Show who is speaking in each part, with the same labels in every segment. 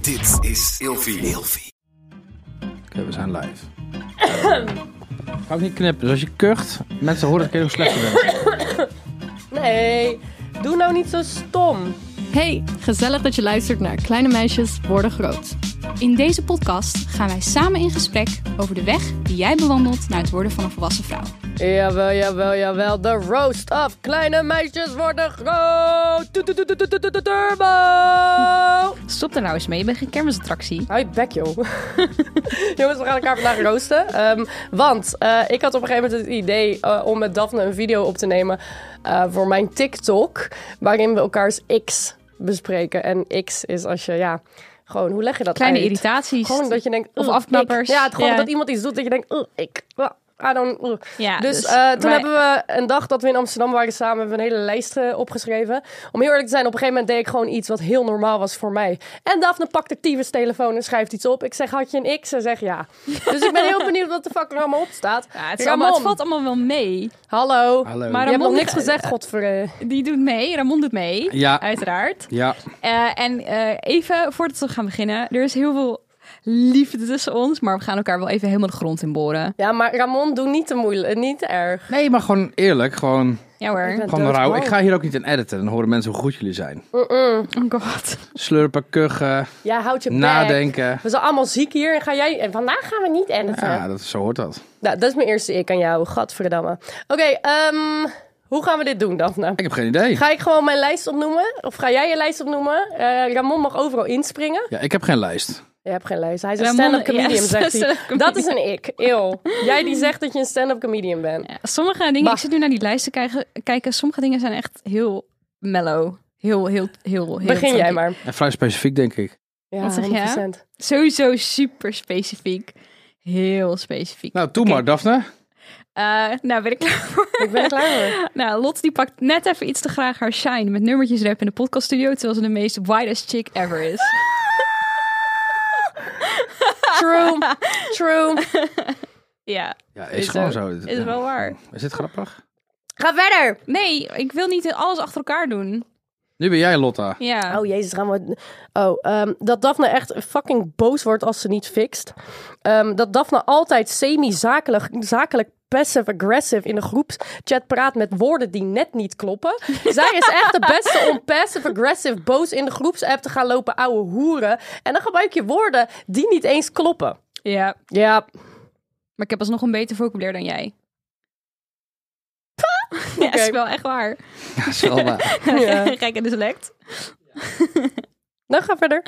Speaker 1: Dit is Ilfie. Ilfie.
Speaker 2: Oké, we zijn live. Kan ik niet knippen, dus als je kucht, mensen horen een keer hoe slecht je bent.
Speaker 3: Nee, doe nou niet zo stom.
Speaker 4: Hey, gezellig dat je luistert naar Kleine Meisjes Worden Groot.
Speaker 5: In deze podcast gaan wij samen in gesprek over de weg die jij bewandelt naar het worden van een volwassen vrouw.
Speaker 3: Jawel, jawel, jawel. De roast af. Kleine meisjes worden groot. Tu- tu- tu- tu- tu- tu- tu- Turbo.
Speaker 6: Stop daar nou eens mee, je bent geen kermisattractie.
Speaker 3: Hou je bek, joh. Jongens, we gaan elkaar vandaag roosten. Ehm, want eh, ik had op een gegeven moment het idee eh, om met Daphne een video op te nemen eh, voor mijn TikTok. Waarin we elkaars X bespreken. En X is als je, ja, gewoon, hoe leg je dat
Speaker 6: Kleine
Speaker 3: uit?
Speaker 6: irritaties.
Speaker 3: Gewoon dat je denkt...
Speaker 6: Of
Speaker 3: "Ugh,
Speaker 6: afknappers.
Speaker 3: ik." Ja, het gewoon
Speaker 6: Ja.
Speaker 3: dat iemand iets doet dat je denkt... "Ugh, ik, Well, I don't... ugh."
Speaker 6: Ja,
Speaker 3: dus
Speaker 6: dus
Speaker 3: eh, toen
Speaker 6: wij-
Speaker 3: hebben we een dag dat we in Amsterdam waren samen... hebben we een hele lijst eh, opgeschreven. Om heel eerlijk te zijn, op een gegeven moment deed ik gewoon iets... wat heel normaal was voor mij. En Daphne pakt de tyfus telefoon en schrijft iets op. Ik zeg, had je een X? Ze zegt ja. Dus ik ben heel benieuwd wat de fuck er allemaal op staat.
Speaker 6: Ja, het, is
Speaker 3: Ramon,
Speaker 6: allemaal, het valt allemaal wel mee.
Speaker 2: Hallo.
Speaker 3: hallo.
Speaker 6: Maar-
Speaker 3: Je hebt nog
Speaker 6: Ramon-
Speaker 3: niks gezegd, godver...
Speaker 6: Die doet mee, Ramon doet mee,
Speaker 2: Ja.
Speaker 6: uiteraard.
Speaker 2: Ja,
Speaker 6: Eh, en eh, even voordat we gaan beginnen, er is heel veel liefde tussen ons, maar we gaan elkaar wel even helemaal de grond in boren.
Speaker 3: Ja, maar Ramon, doe niet te moeilijk, eh, niet te erg.
Speaker 2: nee, maar gewoon eerlijk, gewoon,
Speaker 6: Ja hoor.
Speaker 3: Ik ben-
Speaker 2: gewoon rauw.
Speaker 3: doodbang.
Speaker 2: Ik ga hier ook niet in editen, dan horen mensen hoe goed jullie zijn.
Speaker 6: Oh god.
Speaker 2: Slurpen, kuchen,
Speaker 3: Ja, houd je bek.
Speaker 2: nadenken.
Speaker 3: We zijn allemaal ziek hier en ga jij... En vandaag gaan we niet editen.
Speaker 2: Ja, dat, zo hoort dat.
Speaker 3: Nou, dat is mijn eerste ik aan jou. Gadverdamme. Oké, ehm, hoe gaan we dit doen, Daphne?
Speaker 2: Ik heb geen idee.
Speaker 3: Ga ik gewoon mijn lijst opnoemen? Of ga jij je lijst opnoemen? Eh, Ramon mag overal inspringen.
Speaker 2: Ja, ik heb geen lijst.
Speaker 3: Je hebt geen lijst. Hij is een
Speaker 6: Ramon-
Speaker 3: stand-up comedian,
Speaker 6: ja,
Speaker 3: zegt hij.
Speaker 6: stand-up comedian.
Speaker 3: Dat is een ik. Eeuw. Jij die zegt dat je een stand-up comedian bent.
Speaker 6: Ja, sommige dingen,
Speaker 3: Maar-
Speaker 6: ik zit nu naar die lijsten kijken, kijken, sommige dingen zijn echt heel mellow. Heel, heel, heel, heel...
Speaker 3: Begin jij maar.
Speaker 2: En vrij specifiek, denk ik.
Speaker 3: Ja,
Speaker 6: Wat zeg jij?
Speaker 3: 100%.
Speaker 6: Sowieso super specifiek. Heel specifiek.
Speaker 2: Nou, doe maar, Daphne.
Speaker 6: Eh, nou ben ik klaar voor.
Speaker 3: Ik ben er klaar voor.
Speaker 6: Nou, Lot die pakt net even iets te graag haar shine met nummertjes rap in de podcaststudio, terwijl ze de meest widest chick ever is.
Speaker 3: True. True.
Speaker 6: ja,
Speaker 2: Ja, is gewoon zo.
Speaker 6: Is wel waar.
Speaker 2: Is dit grappig?
Speaker 3: Ga verder.
Speaker 6: Nee, ik wil niet alles achter elkaar doen.
Speaker 2: Nu ben jij, Lotta.
Speaker 6: Ja.
Speaker 3: Oh, jezus, Ramon. Oh, ehm, dat Daphne echt fucking boos wordt als ze niet fixt. Ehm, dat Daphne altijd semi-zakelijk, zakelijk passive-aggressive in de groepschat praat met woorden die net niet kloppen. Zij is echt de beste om passive-aggressive boos in de groepsapp te gaan lopen ouwe hoeren. En dan gebruik je woorden die niet eens kloppen.
Speaker 6: ja.
Speaker 3: Ja,
Speaker 6: Maar ik heb alsnog een beter vocabulaire dan jij. ja, is wel echt waar.
Speaker 2: Dat is wel waar.
Speaker 6: Gek en dyslect.
Speaker 3: nou ga verder.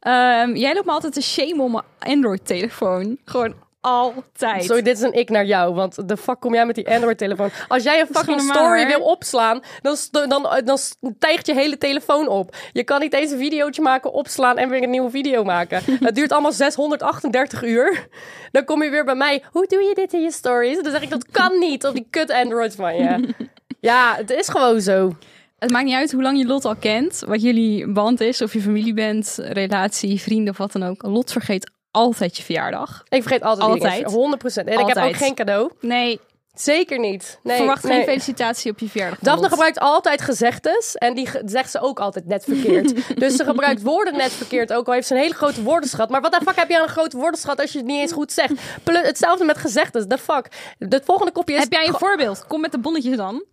Speaker 6: Ehm, jij loopt me altijd te shame om mijn Android-telefoon. Gewoon altijd.
Speaker 3: Sorry, dit is een ik naar jou. Want de fuck kom jij met die Android-telefoon? Als jij een fucking
Speaker 6: normaal,
Speaker 3: story
Speaker 6: hoor.
Speaker 3: wil opslaan, dan, st- dan, eh, dan stijgt je hele telefoon op. Je kan niet eens een videootje maken, opslaan en weer een nieuwe video maken. Het duurt allemaal 638 uur. Dan kom je weer bij mij. Hoe doe je dit in je stories? Dan zeg ik, dat kan niet op die kut Android van je. Ja, het is gewoon zo.
Speaker 6: Het maakt niet uit hoe lang je Lot al kent, wat jullie band is, of je familie bent, relatie, vrienden of wat dan ook. Lot vergeet altijd je verjaardag.
Speaker 3: Ik vergeet altijd
Speaker 6: Altijd.
Speaker 3: dingen. 100%. En ik heb ook
Speaker 6: Altijd.
Speaker 3: geen cadeau.
Speaker 6: Nee,
Speaker 3: Zeker niet. Nee,
Speaker 6: verwacht
Speaker 3: nee.
Speaker 6: geen felicitatie op je verjaardag. van
Speaker 3: Daphne
Speaker 6: Lot.
Speaker 3: gebruikt altijd gezegdes en die ge- zegt ze ook altijd net verkeerd. dus ze gebruikt woorden net verkeerd, ook al heeft ze een hele grote woordenschat. Maar wat de fuck heb je aan een grote woordenschat als je het niet eens goed zegt? Plu- hetzelfde met gezegdes, the fuck. Het volgende kopje is...
Speaker 6: Heb jij een
Speaker 3: Go-
Speaker 6: voorbeeld? Kom met de bonnetjes dan.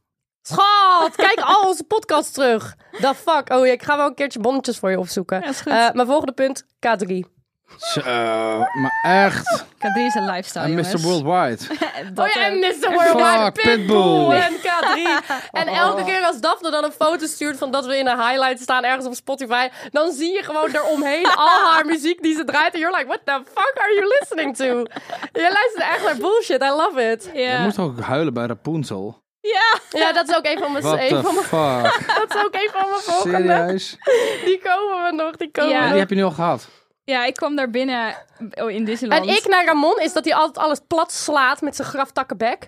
Speaker 3: Schat, kijk al onze podcasts terug. The fuck. Oh, ja, ik ga wel een keertje bonnetjes voor je opzoeken.
Speaker 6: Ja, is goed.
Speaker 3: Eh, mijn volgende punt, K3.
Speaker 2: Zo, maar echt.
Speaker 6: Kijk, dit is een lifestyle,
Speaker 2: En Mr.
Speaker 6: Ah, jongens.
Speaker 2: Worldwide.
Speaker 6: Dat eh,
Speaker 3: oh ja, en
Speaker 6: ook.
Speaker 3: Mr. Worldwide
Speaker 2: Fuck,
Speaker 3: Pitbull,
Speaker 2: Pitbull.
Speaker 3: en Oh. K3. En elke keer als Daphne dan een foto stuurt van dat we in een highlight staan ergens op Spotify, dan zie je gewoon eromheen al haar muziek die ze draait. En you're like, what the fuck are you listening to? Je luistert echt naar bullshit, I love it.
Speaker 2: Je
Speaker 6: Ja.
Speaker 2: moest toch ook huilen bij Rapunzel?
Speaker 6: ja.
Speaker 3: Ja, dat is ook een van mijn,
Speaker 2: What
Speaker 3: een van
Speaker 2: the
Speaker 3: mijn,
Speaker 2: fuck?
Speaker 3: dat is ook een van mijn volgende.
Speaker 2: Serieus?
Speaker 3: Die komen we nog, die komen
Speaker 6: Ja.
Speaker 3: we
Speaker 2: En
Speaker 3: nog.
Speaker 2: die heb je nu al gehad?
Speaker 6: Ja, ik kwam daar binnen oh, in Disneyland.
Speaker 3: En ik naar Ramon is dat hij altijd alles plat slaat met zijn graftakkenbek.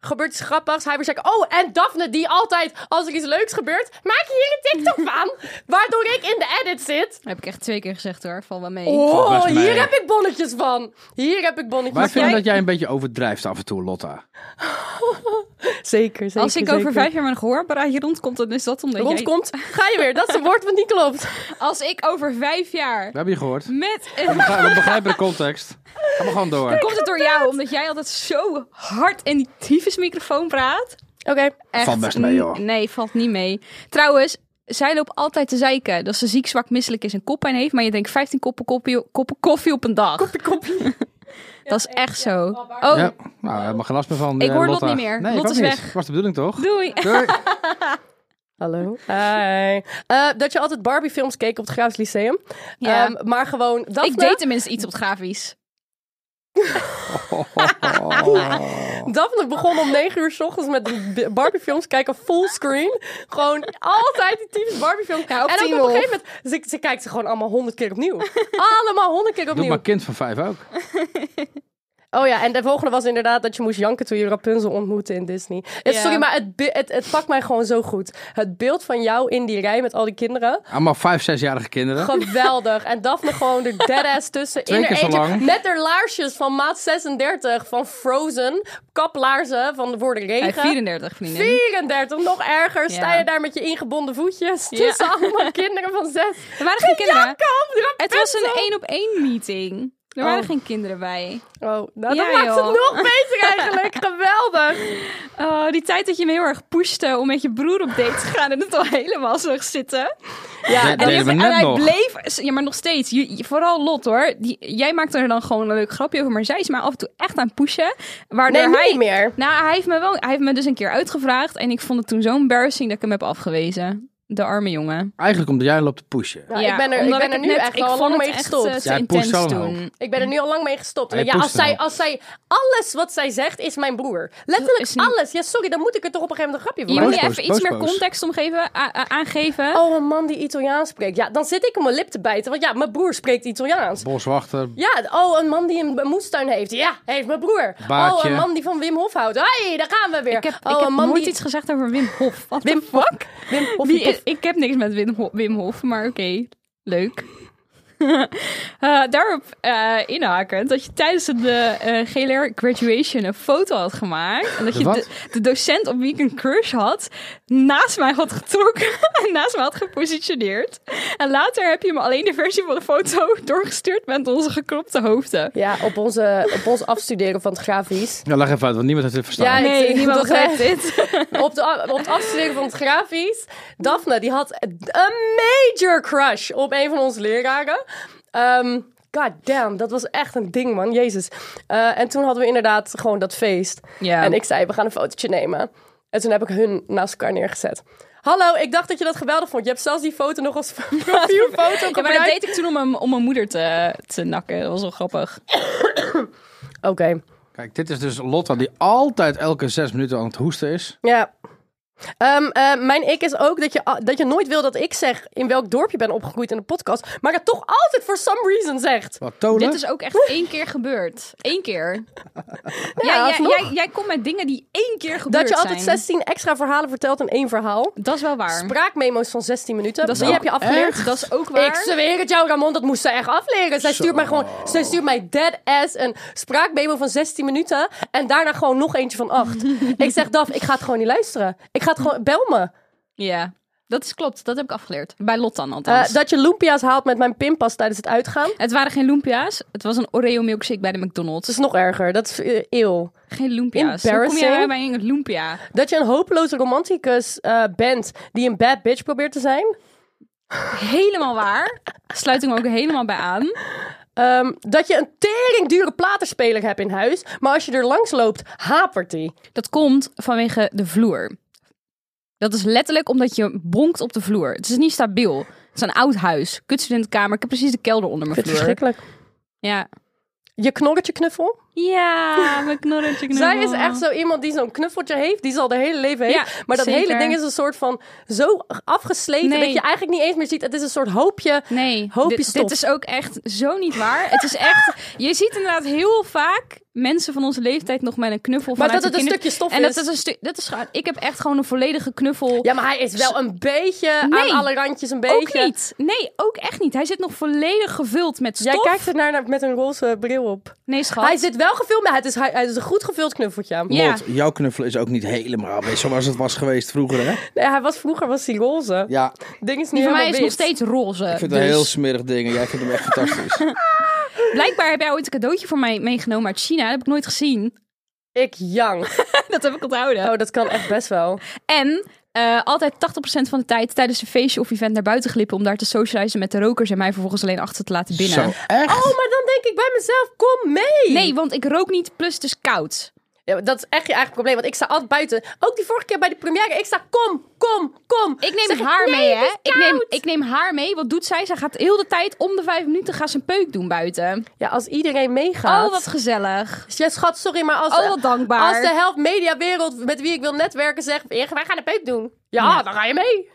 Speaker 3: Gebeurt iets grappigs. Hij weer zegt, oh, en Daphne die altijd, als er iets leuks gebeurt, maak je hier een TikTok van. Waardoor ik in de edit zit.
Speaker 6: Heb ik echt twee keer gezegd hoor, val wel mee.
Speaker 3: Oh,
Speaker 2: best mee.
Speaker 3: hier heb ik bonnetjes van. Hier heb ik bonnetjes
Speaker 2: Maar ik vind
Speaker 3: van.
Speaker 2: dat jij een beetje overdrijft af en toe, Lotta.
Speaker 3: Zeker, zeker.
Speaker 6: Als ik
Speaker 3: zeker.
Speaker 6: over vijf jaar mijn gehoorapparaatje rondkomt, dan is dat omdat jij-
Speaker 3: rondkomt, ga je weer. Dat is een woord wat niet klopt.
Speaker 6: Als ik over vijf jaar
Speaker 2: We hebben je gehoord.
Speaker 6: met...
Speaker 2: We begrijpen- we begrijpen de context. Ga maar gewoon door.
Speaker 6: Komt het door jou, omdat jij altijd zo hard in die tyfusmicrofoon praat?
Speaker 3: Oké,
Speaker 6: Echt,
Speaker 2: Valt best mee, hoor.
Speaker 6: n- Nee, valt niet mee. Trouwens, zij loopt altijd te zeiken dat ze ziek, zwak, misselijk is en koppijn heeft. Maar je drinkt 15 koppen, koppie- koppen koffie op een dag. Koppie, koffie. dat is echt zo. Oh,
Speaker 2: Ja, nou, helemaal geen last meer van.
Speaker 6: Ik
Speaker 2: eh,
Speaker 6: hoor Lot
Speaker 2: Lotta.
Speaker 6: niet meer.
Speaker 2: Nee, ik
Speaker 6: Lot
Speaker 2: ook
Speaker 6: is
Speaker 2: niet.
Speaker 6: weg.
Speaker 2: Was de bedoeling toch?
Speaker 6: doei.
Speaker 2: Doei.
Speaker 3: hallo. Hi. Eh, dat je altijd Barbie films keek op het Graafs Lyceum.
Speaker 6: Ja.
Speaker 3: Ehm, maar gewoon, Daphne,
Speaker 6: Ik deed tenminste iets op het grafisch.
Speaker 3: Daphne begon om negen uur s ochtends met die Barbie films kijken, fullscreen. Gewoon altijd die typische Barbie films.
Speaker 6: Ja, op
Speaker 3: en ook op
Speaker 6: Teamworld.
Speaker 3: een gegeven moment, ze, ze kijkt ze gewoon allemaal honderd keer opnieuw. allemaal honderd keer
Speaker 2: Doe
Speaker 3: opnieuw.
Speaker 2: maar kind van vijf ook.
Speaker 3: Oh ja, en de volgende was inderdaad dat je moest janken toen je Rapunzel ontmoette in Disney. Eh,
Speaker 6: Ja.
Speaker 3: Sorry, maar het, be- het, het pakt mij gewoon zo goed. Het beeld van jou in die rij met al die kinderen.
Speaker 2: Allemaal vijf, zesjarige kinderen.
Speaker 3: Geweldig. En Daphne gewoon er deadass tussen.
Speaker 2: Twee
Speaker 3: in haar
Speaker 2: keer zo
Speaker 3: eentje,
Speaker 2: lang.
Speaker 3: Met haar laarsjes van maat 36 van Frozen. Kaplaarzen van voor de
Speaker 6: Bij
Speaker 3: regen.
Speaker 6: 34 vrienden.
Speaker 3: 34, nog erger. Sta
Speaker 6: Ja.
Speaker 3: je daar met je ingebonden voetjes
Speaker 6: Ja.
Speaker 3: tussen allemaal kinderen van zes.
Speaker 6: Er waren geen kinderen.
Speaker 3: Kom,
Speaker 6: Het was een één op één meeting. Er waren
Speaker 3: Oh.
Speaker 6: geen kinderen bij.
Speaker 3: Oh, nou,
Speaker 6: Ja,
Speaker 3: dat maakt het
Speaker 6: joh.
Speaker 3: nog beter eigenlijk. Geweldig.
Speaker 6: Oh, die tijd dat je me heel erg pushte om met je broer op date te gaan en het al helemaal zag zitten.
Speaker 3: Ja,
Speaker 2: Dat
Speaker 6: En,
Speaker 2: deden we
Speaker 6: en
Speaker 2: net
Speaker 6: hij
Speaker 2: nog.
Speaker 6: bleef, ja, maar nog steeds. Je- je- vooral Lot hoor. Die, jij maakte er dan gewoon een leuk grapje over, maar zij is me af en toe echt aan het pushen. Waardoor
Speaker 3: nee,
Speaker 6: hij,
Speaker 3: niet meer.
Speaker 6: Nou, hij heeft, me wel, hij heeft me dus een keer uitgevraagd en ik vond het toen zo embarrassing dat ik hem heb afgewezen. De arme jongen.
Speaker 2: Eigenlijk omdat jij loopt te pushen.
Speaker 3: Ja, Nou, ik ben er, ik
Speaker 6: omdat
Speaker 3: ben er
Speaker 6: het
Speaker 3: nu
Speaker 6: net-
Speaker 3: echt
Speaker 6: ik
Speaker 3: al
Speaker 6: vond
Speaker 3: lang
Speaker 6: het
Speaker 3: mee
Speaker 6: echt,
Speaker 3: gestopt.
Speaker 6: eh, te
Speaker 2: Jij pusht
Speaker 6: intens
Speaker 2: wel een
Speaker 6: toen.
Speaker 3: Ik ben er nu al lang mee gestopt.
Speaker 2: Hij
Speaker 3: ja,
Speaker 2: poest
Speaker 3: als zij,
Speaker 2: erop.
Speaker 3: als zij alles wat zij zegt is mijn broer. Letterlijk
Speaker 6: Is niet-
Speaker 3: alles. Ja, sorry, dan moet ik er toch op een gegeven moment een
Speaker 6: Je
Speaker 3: grapje
Speaker 6: moet
Speaker 2: Boos,
Speaker 6: je
Speaker 2: boos,
Speaker 6: even iets
Speaker 2: boos,
Speaker 6: meer
Speaker 2: boos.
Speaker 6: context omgeven, a- a- aangeven.
Speaker 3: voor. Oh, een man die Italiaans spreekt. Ja, dan zit ik om mijn lip te bijten. Want ja, mijn broer spreekt Italiaans.
Speaker 2: Boswachter.
Speaker 3: Ja, oh, een man die een moestuin heeft. Ja, heeft mijn broer.
Speaker 2: Baardje.
Speaker 3: Oh, een man die van Wim Hof houdt. hey, daar gaan we weer.
Speaker 6: Ik heb,
Speaker 3: oh,
Speaker 6: ik heb
Speaker 3: een man
Speaker 6: nooit
Speaker 3: die...
Speaker 6: iets gezegd over Wim Hof. Wat
Speaker 3: Wim Fuck? Wim Hof.
Speaker 6: Wie is- ik heb niks met Wim Hof, Wim Hof maar oké, leuk. Eh, daarop eh inhakend dat je tijdens de eh GLR graduation een foto had gemaakt. En dat
Speaker 2: De
Speaker 6: je
Speaker 2: wat?
Speaker 6: de, de docent op wie ik een crush had, naast mij had getrokken en naast mij had gepositioneerd. En later heb je me alleen de versie van de foto doorgestuurd met onze gekropte hoofden.
Speaker 3: Ja, op, onze, op ons afstuderen van het grafisch.
Speaker 2: Ja, leg even uit, want niemand heeft dit verstaan.
Speaker 3: Ja, ik
Speaker 6: Nee,
Speaker 3: zie-
Speaker 6: niemand
Speaker 3: dat-
Speaker 6: begrijpt dit.
Speaker 3: op, de, op het afstuderen van het grafisch. Daphne, die had een major crush op een van onze leraren. Ehm God damn, dat was echt een ding, man. Jezus. Eh, en toen hadden we inderdaad gewoon dat feest.
Speaker 6: Ja.
Speaker 3: En ik zei, we gaan een fotootje nemen. En toen heb ik hun naast elkaar neergezet. Hallo, ik dacht dat je dat geweldig vond. Je hebt zelfs die foto nog als profielfoto
Speaker 6: Ja, maar dat
Speaker 3: gebruikt.
Speaker 6: deed ik toen om, mijn- om mijn moeder te, te nakken. Dat was wel grappig.
Speaker 3: Oké,
Speaker 2: Kijk, dit is dus Lotta die altijd elke zes minuten aan het hoesten is.
Speaker 3: ja. Ehm, eh, mijn ik is ook dat je, a- dat je nooit wil dat ik zeg in welk dorp je bent opgegroeid in de podcast. Maar dat toch altijd for some reason zegt.
Speaker 2: Wat tonen?
Speaker 6: Dit is ook echt één keer gebeurd. Eén keer. Ja, jij,
Speaker 3: alsnog.
Speaker 6: jij, jij komt met dingen die één keer
Speaker 3: Dat
Speaker 6: gebeurd
Speaker 3: je altijd
Speaker 6: zijn.
Speaker 3: 16 extra verhalen vertelt in één verhaal.
Speaker 6: Dat is wel waar.
Speaker 3: Spraakmemo's van 16 minuten.
Speaker 6: Dat is
Speaker 3: Die
Speaker 6: ook
Speaker 3: heb je afgeleerd.
Speaker 6: Dat is ook waar.
Speaker 3: Ik zweer het jou, Ramon, dat moest ze echt afleren. Zij stuurt mij gewoon, zij stuurt mij dead ass een spraakmemo van 16 minuten en daarna gewoon nog eentje van 8. ik zeg, Daf, ik ga het gewoon niet luisteren. Ik ga het gewoon, bel me.
Speaker 6: Ja, dat is klopt. Dat heb ik afgeleerd. Bij Lot dan
Speaker 3: Eh,
Speaker 6: althans.
Speaker 3: dat je lumpia's haalt met mijn pinpas tijdens het uitgaan,
Speaker 6: Het waren geen lumpia's. Het was een Oreo milkshake bij de McDonald's.
Speaker 3: dat is nog erger. Dat is eh, eeuw.
Speaker 6: geen lumpia's. Hoe kom
Speaker 3: Embarrassing.
Speaker 6: jij bij een lumpia?
Speaker 3: Dat je een hopeloze romanticus eh, bent die een bad bitch probeert te zijn.
Speaker 6: Helemaal waar. Sluit ik me ook helemaal bij aan.
Speaker 3: Ehm, dat je een tering dure platenspeler hebt in huis. Maar als je er langs loopt, hapert die.
Speaker 6: Dat komt vanwege de vloer. Dat is letterlijk omdat je bonkt op de vloer. Het is niet stabiel. Het is een oud huis. Kutstudentenkamer. Ik heb precies de kelder onder mijn vloer. Ja.
Speaker 3: Je knorretje knuffel.
Speaker 6: Ja, mijn knorretje knuffel.
Speaker 3: Zij is echt zo iemand die zo'n knuffeltje heeft. Die ze al de hele leven heeft.
Speaker 6: Ja,
Speaker 3: maar dat
Speaker 6: zeker.
Speaker 3: hele ding is een soort van zo afgesleten.
Speaker 6: Nee.
Speaker 3: Dat je eigenlijk niet eens meer ziet. Het is een soort hoopje.
Speaker 6: Nee,
Speaker 3: Hoop je
Speaker 6: dit,
Speaker 3: stof.
Speaker 6: dit is ook echt zo niet waar. Het is echt... Je ziet inderdaad heel vaak mensen van onze leeftijd nog met een knuffel
Speaker 3: Maar
Speaker 6: vanuit
Speaker 3: dat
Speaker 6: de
Speaker 3: het een
Speaker 6: kinder-
Speaker 3: stukje stof
Speaker 6: en
Speaker 3: is.
Speaker 6: dat is een stuk... Dat is gewoon... Ik heb echt gewoon een volledige knuffel.
Speaker 3: Ja, maar hij is wel een beetje
Speaker 6: Nee.
Speaker 3: aan alle randjes een
Speaker 6: ook
Speaker 3: beetje.
Speaker 6: niet. Nee, ook echt niet. Hij zit nog volledig gevuld met stof.
Speaker 3: Jij kijkt er naar met een roze bril op.
Speaker 6: Nee, schat.
Speaker 3: Hij zit wel gevuld, maar het is, hij, het is een goed gevuld knuffeltje.
Speaker 6: Ja.
Speaker 2: Lot, jouw knuffel is ook niet helemaal wit zoals het was geweest vroeger, hè?
Speaker 3: Nee, hij was, vroeger was hij roze.
Speaker 2: Ja,
Speaker 3: Ding is nu
Speaker 6: Die van mij
Speaker 3: helemaal
Speaker 6: is nog
Speaker 3: wit.
Speaker 6: steeds roze.
Speaker 2: ik vind het
Speaker 6: dus.
Speaker 2: een heel smerig ding en jij vindt hem echt fantastisch.
Speaker 6: Blijkbaar heb jij ooit een cadeautje voor mij meegenomen uit China. Dat heb ik nooit gezien.
Speaker 3: Ik jank.
Speaker 6: Dat heb ik onthouden.
Speaker 3: Oh, dat kan echt best wel.
Speaker 6: En eh, altijd 80% van de tijd tijdens een feestje of event naar buiten glippen om daar te socializen met de rokers en mij vervolgens alleen achter te laten binnen.
Speaker 2: Zo, echt?
Speaker 3: Oh, maar dan denk ik bij mezelf, kom mee.
Speaker 6: Nee, want ik rook niet, plus het is koud.
Speaker 3: Ja, dat is echt je eigen probleem, want ik sta altijd buiten. Ook die vorige keer bij de première, ik sta kom, kom, kom.
Speaker 6: Ik neem
Speaker 3: Zeg
Speaker 6: haar
Speaker 3: nee,
Speaker 6: mee,
Speaker 3: het
Speaker 6: hè?
Speaker 3: is
Speaker 6: Ik neem,
Speaker 3: koud.
Speaker 6: ik neem haar mee. Wat doet zij? Zij gaat heel de tijd om de vijf minuten gaan ze een peuk doen buiten.
Speaker 3: Ja, als iedereen meegaat.
Speaker 6: Oh, wat gezellig.
Speaker 3: Ja, schat, sorry, maar als,
Speaker 6: Oh, wat dankbaar.
Speaker 3: als de helft mediawereld met wie ik wil netwerken zegt... "Erik, wij gaan een peuk doen. Ja, dan ga je mee.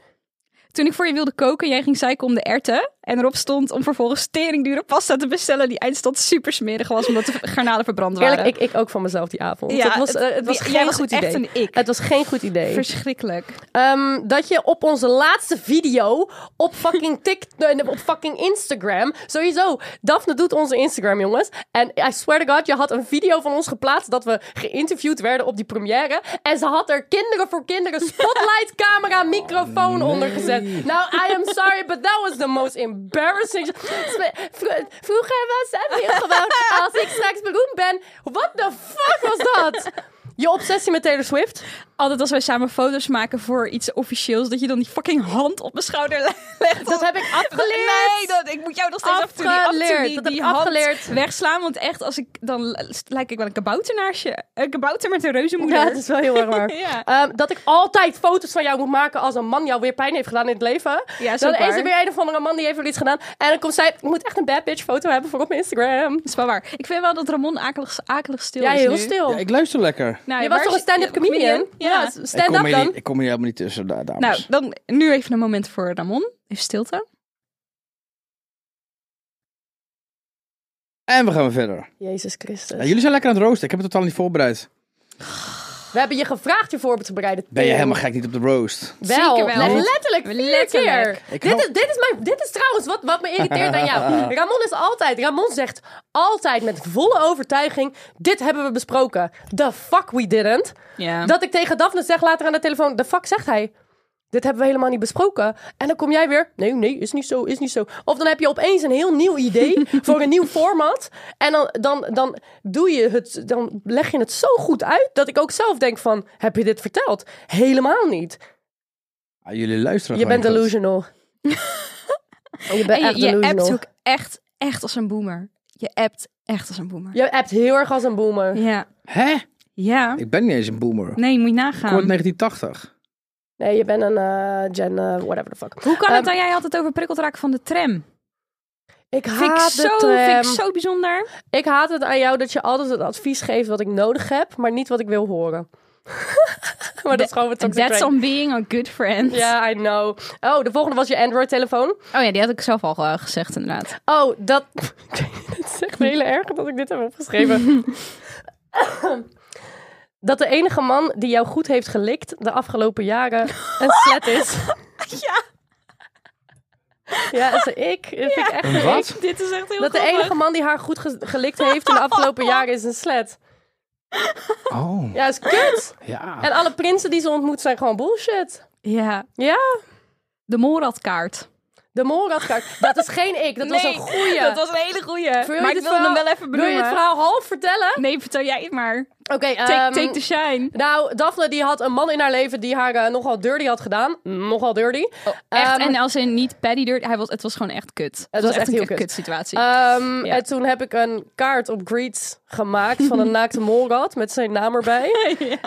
Speaker 6: Toen ik voor je wilde koken, jij ging zeiken om de erten. En erop stond om vervolgens teringdure pasta te bestellen. Die eindstand super smerig was, omdat de garnalen verbrand waren.
Speaker 3: Eerlijk, ik, ik ook van mezelf die avond.
Speaker 6: Ja,
Speaker 3: het was,
Speaker 6: het-
Speaker 3: eh, het was
Speaker 6: die-
Speaker 3: geen
Speaker 6: jij was
Speaker 3: goed
Speaker 6: echt
Speaker 3: idee.
Speaker 6: een ik.
Speaker 3: Het was geen goed idee.
Speaker 6: Verschrikkelijk.
Speaker 3: Ehm, dat je op onze laatste video op fucking TikTok en op fucking Instagram. Sowieso, Daphne doet onze Instagram, jongens. En I swear to god, je had een video van ons geplaatst dat we geïnterviewd werden op die première. En ze had er kinderen voor kinderen spotlight, camera, microfoon onder gezet. Nou, I am sorry, but that was the most embarrassing. Vro- Vroeger was dat heel gewoon. Als ik straks beroemd ben. What the fuck was dat? Je obsessie met Taylor Swift?
Speaker 6: Altijd als wij samen foto's maken voor iets officieels, dat je dan die fucking hand op mijn schouder le- legt.
Speaker 3: Dat heb ik afgeleerd.
Speaker 6: Nee, dat, ik moet jou nog steeds af en toe die, af en toe
Speaker 3: Afgeleerd.
Speaker 6: die,
Speaker 3: Dat heb
Speaker 6: die
Speaker 3: ik
Speaker 6: hand
Speaker 3: afgeleerd.
Speaker 6: wegslaan. Want echt, als ik, dan l- lijk ik wel een kabouternaasje. Een kabouter met een reuzenmoeder.
Speaker 3: Ja, dat is wel heel erg waar.
Speaker 6: Ja.
Speaker 3: Ehm, dat ik altijd foto's van jou moet maken als een man jou weer pijn heeft gedaan in het leven.
Speaker 6: Ja, is
Speaker 3: dan
Speaker 6: ook
Speaker 3: is er
Speaker 6: waar.
Speaker 3: weer een of andere man die heeft weer iets gedaan. En dan komt zij, ik moet echt een bad bitch foto hebben voor op mijn Instagram.
Speaker 6: Dat is wel waar. Ik vind wel dat Ramon akelig, akelig stil
Speaker 3: Ja,
Speaker 6: is
Speaker 3: heel
Speaker 6: nu.
Speaker 3: stil.
Speaker 2: Ja, ik luister lekker.
Speaker 6: Nou,
Speaker 3: je was
Speaker 6: waar
Speaker 3: toch een
Speaker 6: is-
Speaker 3: stand-up comedian?
Speaker 6: Ja.
Speaker 2: Ik kom,
Speaker 3: stand-up
Speaker 2: hier,
Speaker 3: dan.
Speaker 2: niet- ik kom hier helemaal niet tussen, da- dames.
Speaker 6: Nou, dan nu even een moment voor Ramon. Even stilte.
Speaker 2: En we gaan weer verder.
Speaker 3: Jezus Christus.
Speaker 2: Ja, jullie zijn lekker aan het roosten. Ik heb het totaal niet voorbereid.
Speaker 3: We hebben je gevraagd je voor te bereiden.
Speaker 2: Ben je
Speaker 3: Tim.
Speaker 2: helemaal gek niet op de roast?
Speaker 3: Wel,
Speaker 6: Zeker wel.
Speaker 3: Le- letterlijk vier
Speaker 6: Letterlijk.
Speaker 3: keer.
Speaker 2: Ik
Speaker 3: Dit,
Speaker 2: hou-
Speaker 3: is, dit, is mijn, dit is trouwens wat, wat me irriteert aan jou. Ramon is altijd, Ramon zegt altijd met volle overtuiging... dit hebben we besproken. The fuck we didn't.
Speaker 6: Ja.
Speaker 3: Dat ik tegen Daphne zeg later aan de telefoon... the fuck zegt hij? Dit hebben we helemaal niet besproken. En dan kom jij weer... nee, nee, is niet zo, is niet zo. Of dan heb je opeens een heel nieuw idee... voor een nieuw format. En dan, dan, dan, doe je het, dan leg je het zo goed uit... dat ik ook zelf denk van... heb je dit verteld? Helemaal niet.
Speaker 2: Ah, jullie luisteren
Speaker 3: Je
Speaker 2: gewoon
Speaker 3: bent
Speaker 2: goed.
Speaker 3: delusional. Oh, je
Speaker 6: En
Speaker 3: bent echt
Speaker 6: je, je appt
Speaker 3: delusional.
Speaker 6: ook echt, echt als een boomer. Je appt echt als een boomer.
Speaker 3: Je appt heel erg als een boomer.
Speaker 6: Ja.
Speaker 2: Hè?
Speaker 6: Ja.
Speaker 2: Ik ben niet eens een boomer. Ik
Speaker 6: Nee, moet je
Speaker 2: word
Speaker 6: nagaan.
Speaker 2: 1980.
Speaker 3: Nee, je bent een eh, gen, eh, whatever the fuck.
Speaker 6: Hoe kan
Speaker 3: Ehm,
Speaker 6: het dat jij altijd over prikkeld raakt van de tram?
Speaker 3: Ik haat
Speaker 6: Vind ik,
Speaker 3: het.
Speaker 6: zo,
Speaker 3: ehm,
Speaker 6: vind ik zo bijzonder.
Speaker 3: ik haat het aan jou dat je altijd het advies geeft wat ik nodig heb, maar niet wat ik wil horen. maar dat is gewoon wat
Speaker 6: And
Speaker 3: toxic
Speaker 6: That's
Speaker 3: trait.
Speaker 6: on being a good friend.
Speaker 3: Ja, I know. Oh, de volgende was je Android-telefoon.
Speaker 6: Oh ja, die had ik zelf al eh, gezegd inderdaad.
Speaker 3: Oh, dat... het is echt heel erg dat ik dit heb opgeschreven. dat de enige man die jou goed heeft gelikt de afgelopen jaren een slet is.
Speaker 6: Ja,
Speaker 3: Ja, dat is ik. Dat vind ik echt een ik.
Speaker 6: dit is echt heel
Speaker 3: Dat de enige man die haar goed ge- gelikt heeft in de afgelopen jaren is een slet.
Speaker 2: Oh,
Speaker 3: Ja, is kut.
Speaker 2: ja.
Speaker 3: En alle prinsen die ze ontmoet zijn gewoon bullshit.
Speaker 6: Ja,
Speaker 3: Ja,
Speaker 6: de molradkaart.
Speaker 3: de molradkaart. Dat is geen ik, dat was een goeie.
Speaker 6: Dat was een hele goeie.
Speaker 3: Wil je
Speaker 6: maar ik
Speaker 3: dit
Speaker 6: wilde hem
Speaker 3: verhaal-
Speaker 6: wel even
Speaker 3: Wil je
Speaker 6: benoemen.
Speaker 3: het verhaal half vertellen?
Speaker 6: Nee, vertel jij het maar.
Speaker 3: Oké,
Speaker 6: Take,
Speaker 3: ehm,
Speaker 6: take the shine.
Speaker 3: Nou, Daphne die had een man in haar leven die haar eh, nogal dirty had gedaan. Nogal dirty.
Speaker 6: Oh,
Speaker 3: Ehm,
Speaker 6: Echt, en als in niet Paddy Dirt, hij was, het was gewoon echt kut. Het, was, echt een
Speaker 3: heel
Speaker 6: kut,
Speaker 3: kut.
Speaker 6: situatie.
Speaker 3: Ehm,
Speaker 6: Ja.
Speaker 3: En toen heb ik een kaart op Greets gemaakt van een naakte molrad met zijn naam erbij.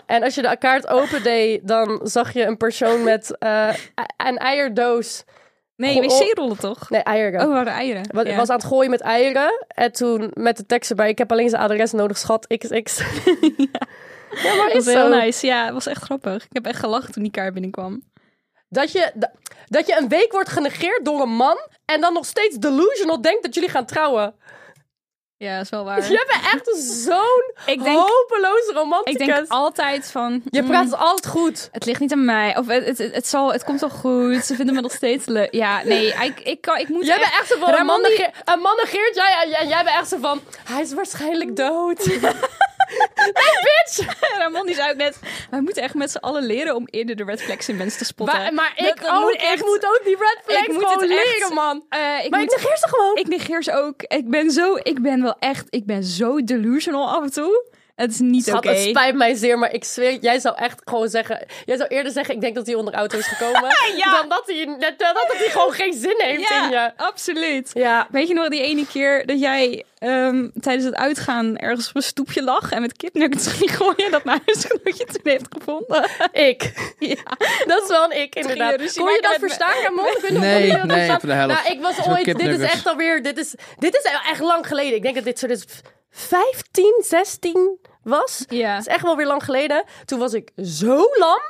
Speaker 3: En als je de kaart opendeed, dan zag je een persoon met eh, e- een eierdoos.
Speaker 6: nee,
Speaker 3: goh, oh.
Speaker 6: wc-rollen toch?
Speaker 3: Nee, eieren.
Speaker 6: Oh, waren eieren.
Speaker 3: Wa-
Speaker 6: Ja.
Speaker 3: Was aan het gooien met eieren. En toen met de tekst erbij. Ik heb alleen zijn adres nodig, schat. XX. ja. maar
Speaker 6: Oh, Dat
Speaker 3: is
Speaker 6: was
Speaker 3: zo.
Speaker 6: heel nice. Ja, het was echt grappig. Ik heb echt gelachen toen die kaart binnenkwam.
Speaker 3: Dat je, da- dat je een week wordt genegeerd door een man. En dan nog steeds delusional denkt dat jullie gaan trouwen.
Speaker 6: Ja, is wel waar.
Speaker 3: Je bent echt zo'n
Speaker 6: Ik denk,
Speaker 3: hopeloos
Speaker 6: ik
Speaker 3: romanticus.
Speaker 6: denk altijd van...
Speaker 3: je
Speaker 6: mm,
Speaker 3: praat altijd goed.
Speaker 6: het ligt niet aan mij. Of het, het, het, het zal, het komt wel goed. Ze vinden me nog steeds leuk. Ja, nee, ik, ik, kan, ik moet
Speaker 3: Jij bent echt zo van, een man,
Speaker 6: Ramon die-
Speaker 3: negeert, een man negeert jij en jij, en jij bent echt zo van, hij is waarschijnlijk dood.
Speaker 6: Ramon die zei ook net, wij moeten echt met z'n allen leren om eerder de red flags in mensen te spotten.
Speaker 3: maar, maar ik,
Speaker 6: Dat- dat
Speaker 3: oh,
Speaker 6: moet
Speaker 3: ik
Speaker 6: echt-
Speaker 3: moet ook die red flags
Speaker 6: ik moet
Speaker 3: gewoon
Speaker 6: het echt-
Speaker 3: leren, man.
Speaker 6: Eh, ik,
Speaker 3: Maar
Speaker 6: moet-
Speaker 3: ik negeer ze gewoon.
Speaker 6: ik negeer ze ook. Ik ben zo, ik ben wel echt, ik ben zo delusional af en toe. Het is niet oké.
Speaker 3: Schat, het spijt mij zeer, maar ik zweer, jij zou echt gewoon zeggen... Jij zou eerder zeggen, ik denk dat hij onder auto is gekomen...
Speaker 6: Ja.
Speaker 3: dan dat hij, dat, dat hij gewoon geen zin heeft in je.
Speaker 6: Ja, absoluut.
Speaker 3: Ja,
Speaker 6: Weet je nog die ene keer dat jij ehm, tijdens het uitgaan ergens op een stoepje lag en met kipnuggets ging gooien en dat mijn huisgenootje toen heeft gevonden?
Speaker 3: ik.
Speaker 6: Ja.
Speaker 3: Dat is wel een ik, inderdaad.
Speaker 6: ruzie
Speaker 3: Kon je
Speaker 6: maken
Speaker 3: dat
Speaker 6: met
Speaker 3: verstaan, Ramon? Ik weet niet
Speaker 2: Nee,
Speaker 3: of je dat
Speaker 2: nee,
Speaker 3: verstaan.
Speaker 2: voor de helft.
Speaker 3: Nou, ik was
Speaker 2: Zo'n
Speaker 3: ooit... Dit is
Speaker 2: kipnuggets.
Speaker 3: echt alweer... Dit is, dit is echt lang geleden. Ik denk dat dit zo dus 15, 16 was.
Speaker 6: Ja.
Speaker 3: Dat is echt wel weer lang geleden. Toen was ik zo lam.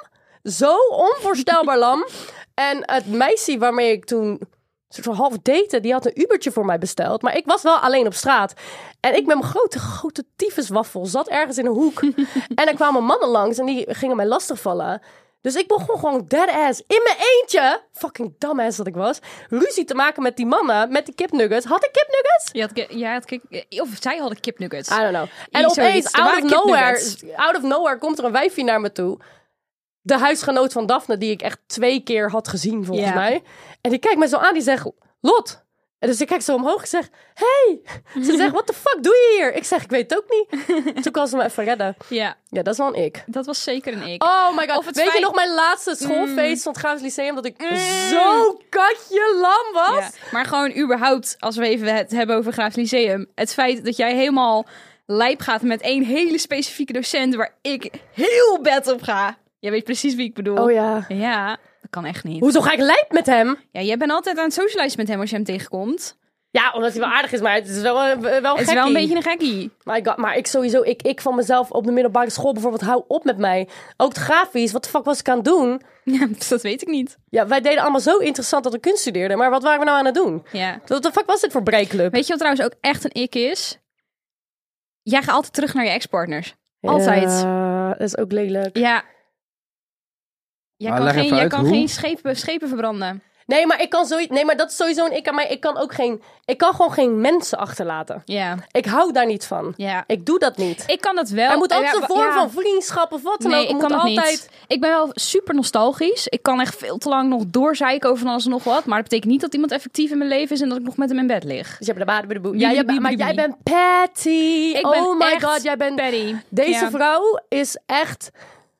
Speaker 3: Zo onvoorstelbaar lam. En het meisje waarmee ik toen soort van half daten, die had een Ubertje voor mij besteld. Maar ik was wel alleen op straat. En ik met mijn grote, grote tyfuswaffel zat ergens in een hoek. en er kwamen mannen langs en die gingen mij lastigvallen. Dus ik begon gewoon dead ass in mijn eentje, fucking dumbass dat ik was, ruzie te maken met die mannen, met die kipnuggets. Had ik kipnuggets?
Speaker 6: Je had, ki- jij had ki- of zij hadden kipnuggets.
Speaker 3: I don't know. En
Speaker 6: Zoiets.
Speaker 3: opeens,
Speaker 6: Er
Speaker 3: out
Speaker 6: waren
Speaker 3: of, nowhere,
Speaker 6: kipnuggets.
Speaker 3: out of nowhere, komt er een wijfje naar me toe. De huisgenoot van Daphne, die ik echt twee keer had gezien, volgens
Speaker 6: Ja.
Speaker 3: mij. En die kijkt me zo aan, die zegt, Lot. En dus ik kijk zo omhoog, ik zeg, hey. Ze zegt, what the fuck doe je hier? Ik zeg, ik weet het ook niet. Toen kan ze me even redden.
Speaker 6: Ja,
Speaker 3: Ja, dat is wel een ik.
Speaker 6: dat was zeker een ik.
Speaker 3: Oh my god.
Speaker 6: Of het
Speaker 3: weet je
Speaker 6: feit-
Speaker 3: nog mijn laatste schoolfeest van het Graafs Lyceum? Dat ik zo katje lam was.
Speaker 6: Ja, Maar gewoon überhaupt, als we even het hebben over Graafs Lyceum. Het feit dat jij helemaal lijp gaat met één hele specifieke docent waar ik heel bed op ga. Jij weet precies wie ik bedoel.
Speaker 3: Oh ja.
Speaker 6: Ja, dat kan echt niet.
Speaker 3: Hoezo ga ik lijp met hem?
Speaker 6: Ja, jij bent altijd aan het socializen met hem als je hem tegenkomt.
Speaker 3: Ja, omdat hij wel aardig is, maar het is wel, eh, wel
Speaker 6: Het is wel een
Speaker 3: gekkie.
Speaker 6: beetje een gekkie.
Speaker 3: My god, maar ik sowieso, ik, ik van mezelf op de middelbare school bijvoorbeeld, hou op met mij. Ook het grafisch, wat de fuck was ik aan het doen?
Speaker 6: Ja, dat weet ik niet.
Speaker 3: Ja, wij deden allemaal zo interessant dat we kunst studeerden, maar wat waren we nou aan het doen?
Speaker 6: Ja.
Speaker 3: Wat de fuck was dit voor breikclub?
Speaker 6: Weet je wat trouwens ook echt een ik is? Jij gaat altijd terug naar je ex-partners. Altijd.
Speaker 3: Ja, dat is ook lelijk.
Speaker 6: Ja. Jij
Speaker 2: Maar
Speaker 6: kan,
Speaker 2: leg
Speaker 6: geen,
Speaker 2: even
Speaker 6: jij
Speaker 2: uit,
Speaker 6: kan
Speaker 2: hoe?
Speaker 6: geen schepen, schepen verbranden.
Speaker 3: Nee, maar ik kan zoiets, nee, maar dat is sowieso een ik aan mij. Ik kan ook geen, ik kan gewoon geen mensen achterlaten.
Speaker 6: Ja.
Speaker 3: Ik hou daar niet van.
Speaker 6: Ja.
Speaker 3: Ik doe dat niet.
Speaker 6: Ik kan dat wel.
Speaker 3: er moet altijd
Speaker 6: Ja,
Speaker 3: een vorm
Speaker 6: ja.
Speaker 3: van vriendschap of wat dan
Speaker 6: Nee,
Speaker 3: ook. Er
Speaker 6: ik kan
Speaker 3: moet
Speaker 6: dat
Speaker 3: altijd...
Speaker 6: niet. Ik ben wel super nostalgisch. Ik kan echt veel te lang nog doorzeiken over van alles en nog wat. Maar dat betekent niet dat iemand effectief in mijn leven is en dat ik nog met hem in bed lig.
Speaker 3: Dus je hebt de baden bij de boe.
Speaker 6: Bibi,
Speaker 3: Ja, je bent-
Speaker 6: bibi,
Speaker 3: maar
Speaker 6: bibi.
Speaker 3: jij bent Patty.
Speaker 6: Ik
Speaker 3: oh
Speaker 6: ben
Speaker 3: my
Speaker 6: echt
Speaker 3: god, jij bent
Speaker 6: Patty.
Speaker 3: Deze
Speaker 6: Ja.
Speaker 3: vrouw is echt.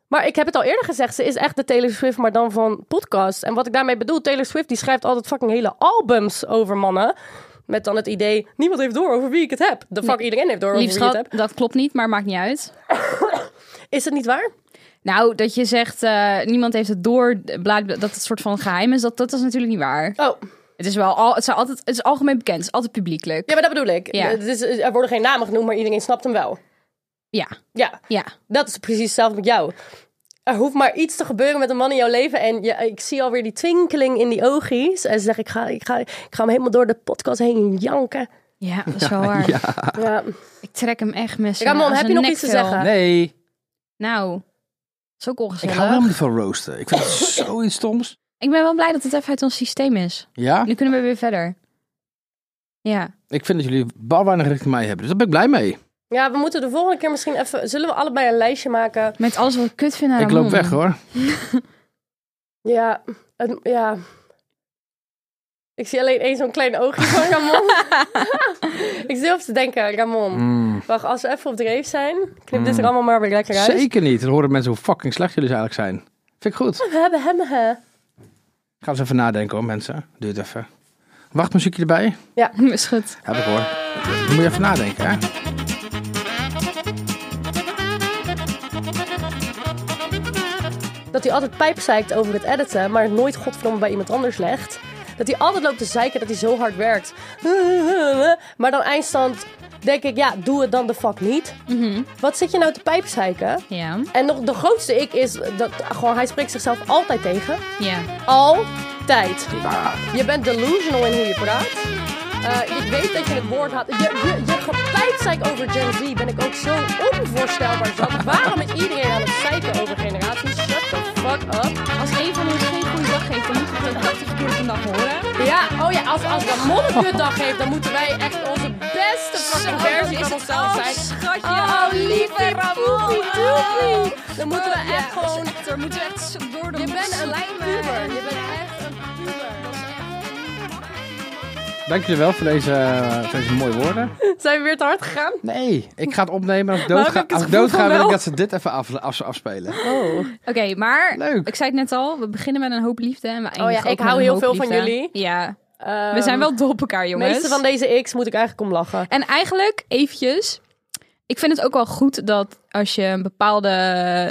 Speaker 3: Maar ik heb het al eerder gezegd, ze is echt de Taylor Swift, maar dan van podcast. En wat ik daarmee bedoel, Taylor Swift die schrijft altijd fucking hele albums over mannen. Met dan het idee, niemand heeft door over wie ik het heb. De fuck, iedereen heeft door over
Speaker 6: Lief
Speaker 3: wie ik
Speaker 6: schat,
Speaker 3: het heb.
Speaker 6: dat klopt niet, maar maakt niet uit.
Speaker 3: Is het niet waar?
Speaker 6: Nou, dat je zegt, eh, niemand heeft het door, bla, bla, dat het soort van geheim is, dat, dat is natuurlijk niet waar.
Speaker 3: Oh,
Speaker 6: Het is wel al, het is altijd, het is algemeen bekend, het is altijd publiekelijk.
Speaker 3: ja, maar dat bedoel ik.
Speaker 6: Ja.
Speaker 3: Het is- er worden geen namen genoemd, maar iedereen snapt hem wel.
Speaker 6: Ja,
Speaker 3: Ja,
Speaker 6: ja.
Speaker 3: dat is precies hetzelfde met jou. Er hoeft maar iets te gebeuren met een man in jouw leven. En je, ik zie alweer die twinkeling in die oogjes. En ze zegt, ik ga, ik, ga, ik ga hem helemaal door de podcast heen janken.
Speaker 6: Ja, dat is wel waar.
Speaker 3: Ja.
Speaker 6: Ik trek hem echt mis.
Speaker 3: Ramon, heb je nog iets te zeggen?
Speaker 2: Nee,
Speaker 6: Nou, dat is ook
Speaker 2: ik
Speaker 6: ongezellig.
Speaker 2: hou helemaal niet van roosten. Ik vind het zoiets stoms.
Speaker 6: Ik ben wel blij dat het even uit ons systeem is.
Speaker 3: Ah.
Speaker 2: Ja,
Speaker 6: Nu kunnen we weer verder. Ja.
Speaker 2: ik vind dat jullie bar weinig richting mij hebben. Dus daar ben ik blij mee.
Speaker 3: Ja, we moeten de volgende keer misschien even... Zullen we allebei een lijstje maken?
Speaker 6: Met alles wat ik kut vind aan
Speaker 2: ik
Speaker 6: Ramon.
Speaker 2: loop weg hoor.
Speaker 3: Ja, het- ja. Ik zie alleen één zo'n klein oogje van Ramon. ik zit op te denken, Ramon.
Speaker 2: Mm.
Speaker 3: Wacht, als we even op dreef zijn, knip dit er allemaal maar weer lekker uit.
Speaker 2: Zeker niet. Dan horen mensen hoe fucking slecht jullie eigenlijk zijn. Vind ik goed.
Speaker 3: We hebben hem, hè.
Speaker 2: Ga eens even nadenken hoor mensen. Duurt even. Wachtmuziekje erbij.
Speaker 6: Is goed.
Speaker 2: Heb ik hoor. Dan moet je even nadenken hè.
Speaker 3: Dat hij altijd pijp zeikt over het editen, maar het nooit godverdomme bij iemand anders legt. Dat hij altijd loopt te zeiken dat hij zo hard werkt. Maar dan eindstand denk ik, ja, doe het dan de fuck niet. Wat zit je nou te pijp zeiken?
Speaker 6: Ja.
Speaker 3: En nog de grootste ik is dat gewoon hij spreekt zichzelf altijd tegen.
Speaker 6: Ja.
Speaker 3: Altijd. Je bent delusional in hoe je praat. Eh, ik weet dat je het woord had. Je, je, je gepeitzeik over Gen Z ben ik ook zo onvoorstelbaar zat. Waarom is iedereen aan het zeiken over generaties? Shut the fuck up.
Speaker 6: Als een van ons geen goede dag geeft, dan moeten we het 80 keer vandaag horen.
Speaker 3: Ja, oh ja, als, als Ramon een kutdag heeft, dan moeten wij echt onze beste fucking versie van onszelf zijn.
Speaker 6: Schatje,
Speaker 3: Oh, lieve Ramon.
Speaker 6: doei.
Speaker 3: Dan moeten we echt gewoon...
Speaker 6: Daar moeten we echt zo door de
Speaker 3: Je
Speaker 6: mond
Speaker 3: bent een
Speaker 6: slijmen.
Speaker 3: puber. Je bent echt een
Speaker 2: Dank jullie wel voor deze, eh, voor deze mooie woorden.
Speaker 3: puber. Zijn we weer te hard gegaan?
Speaker 2: Nee, ik ga het opnemen. Als ik
Speaker 3: heb
Speaker 2: doodga,
Speaker 3: ik het
Speaker 2: als ik
Speaker 3: gevoel
Speaker 2: doodga
Speaker 3: van
Speaker 2: wil ik
Speaker 3: wel.
Speaker 2: dat ze dit even af, af- afspelen.
Speaker 3: Oh.
Speaker 6: Oké, maar
Speaker 2: Leuk.
Speaker 6: ik zei het net al, we beginnen met een hoop liefde en we eindigen
Speaker 3: Oh ja,
Speaker 6: ook
Speaker 3: ik
Speaker 6: met
Speaker 3: hou
Speaker 6: een
Speaker 3: heel
Speaker 6: hoop
Speaker 3: veel van
Speaker 6: liefde.
Speaker 3: jullie.
Speaker 6: Ja, we zijn wel dol op elkaar,
Speaker 3: Ehm, De
Speaker 6: jongens.
Speaker 3: meeste van deze X moet ik eigenlijk om lachen.
Speaker 6: En eigenlijk, eventjes, ik vind het ook wel goed dat als je een bepaalde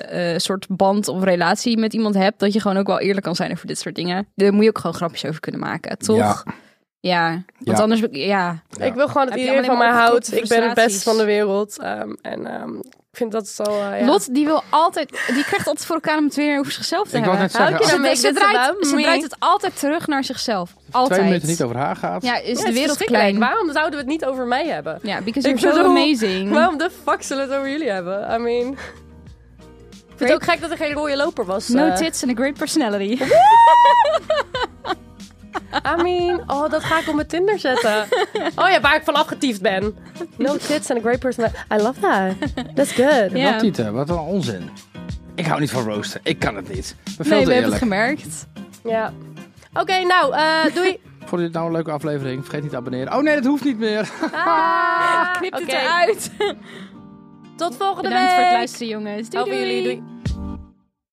Speaker 6: eh, soort band of relatie met iemand hebt, dat je gewoon ook wel eerlijk kan zijn over dit soort dingen. Daar moet je ook gewoon grapjes over kunnen maken, toch?
Speaker 2: Ja.
Speaker 6: Ja, want
Speaker 2: Ja.
Speaker 6: anders, ja.
Speaker 2: Ja.
Speaker 3: Ik wil gewoon
Speaker 6: Heb
Speaker 3: dat
Speaker 6: je
Speaker 3: iedereen van
Speaker 6: allemaal
Speaker 3: mij houdt.
Speaker 6: opgekropte
Speaker 3: Ik ben het beste
Speaker 6: frustraties?
Speaker 3: van de wereld. Ehm, en ehm, ik vind dat zo... eh, ja.
Speaker 6: Lot, die wil altijd, die krijgt altijd voor elkaar om het weer over zichzelf te
Speaker 2: Ik wou
Speaker 6: hebben.
Speaker 2: net zeggen,
Speaker 6: Ze,
Speaker 2: als-
Speaker 3: daarmee?
Speaker 6: ze, draait,
Speaker 3: That's
Speaker 6: ze
Speaker 3: about
Speaker 6: draait
Speaker 3: me.
Speaker 6: het altijd terug naar zichzelf.
Speaker 2: twee
Speaker 6: Altijd.
Speaker 2: minuten niet over haar gaat.
Speaker 6: Ja, is
Speaker 3: Ja,
Speaker 6: de
Speaker 3: het
Speaker 6: wereld
Speaker 3: verschrikkelijk.
Speaker 6: klein.
Speaker 3: Waarom zouden we het niet over mij hebben?
Speaker 6: Ja, because you're
Speaker 3: Ik
Speaker 6: so
Speaker 3: bedoel,
Speaker 6: amazing.
Speaker 3: Waarom de fuck zullen we het over jullie hebben? I mean... Ik vind het
Speaker 6: Great.
Speaker 3: ook gek dat er geen rode loper was.
Speaker 6: No
Speaker 3: eh.
Speaker 6: tits and a great personality.
Speaker 3: I mean, oh, dat ga ik op mijn Tinder zetten. Oh ja, waar ik van afgetiefd ben. No tits and a great person. I love that. That's good.
Speaker 6: Ja.
Speaker 2: Wat Tieten, wat een onzin. Ik hou niet van roosten. Ik kan het niet. Ik ben veel
Speaker 6: Nee,
Speaker 2: te
Speaker 6: we hebben het
Speaker 2: eerlijk.
Speaker 6: gemerkt.
Speaker 3: Ja. Oké, nou, eh, doei.
Speaker 2: Vond je dit nou een leuke aflevering? Vergeet niet te abonneren. Oh nee, dat hoeft niet meer.
Speaker 3: Ah,
Speaker 6: Knip het
Speaker 3: oké.
Speaker 6: eruit.
Speaker 3: Tot volgende
Speaker 6: Bedankt
Speaker 3: week.
Speaker 6: voor het luisteren, jongens. Doei,
Speaker 3: Over
Speaker 6: doei.
Speaker 3: jullie. Doei.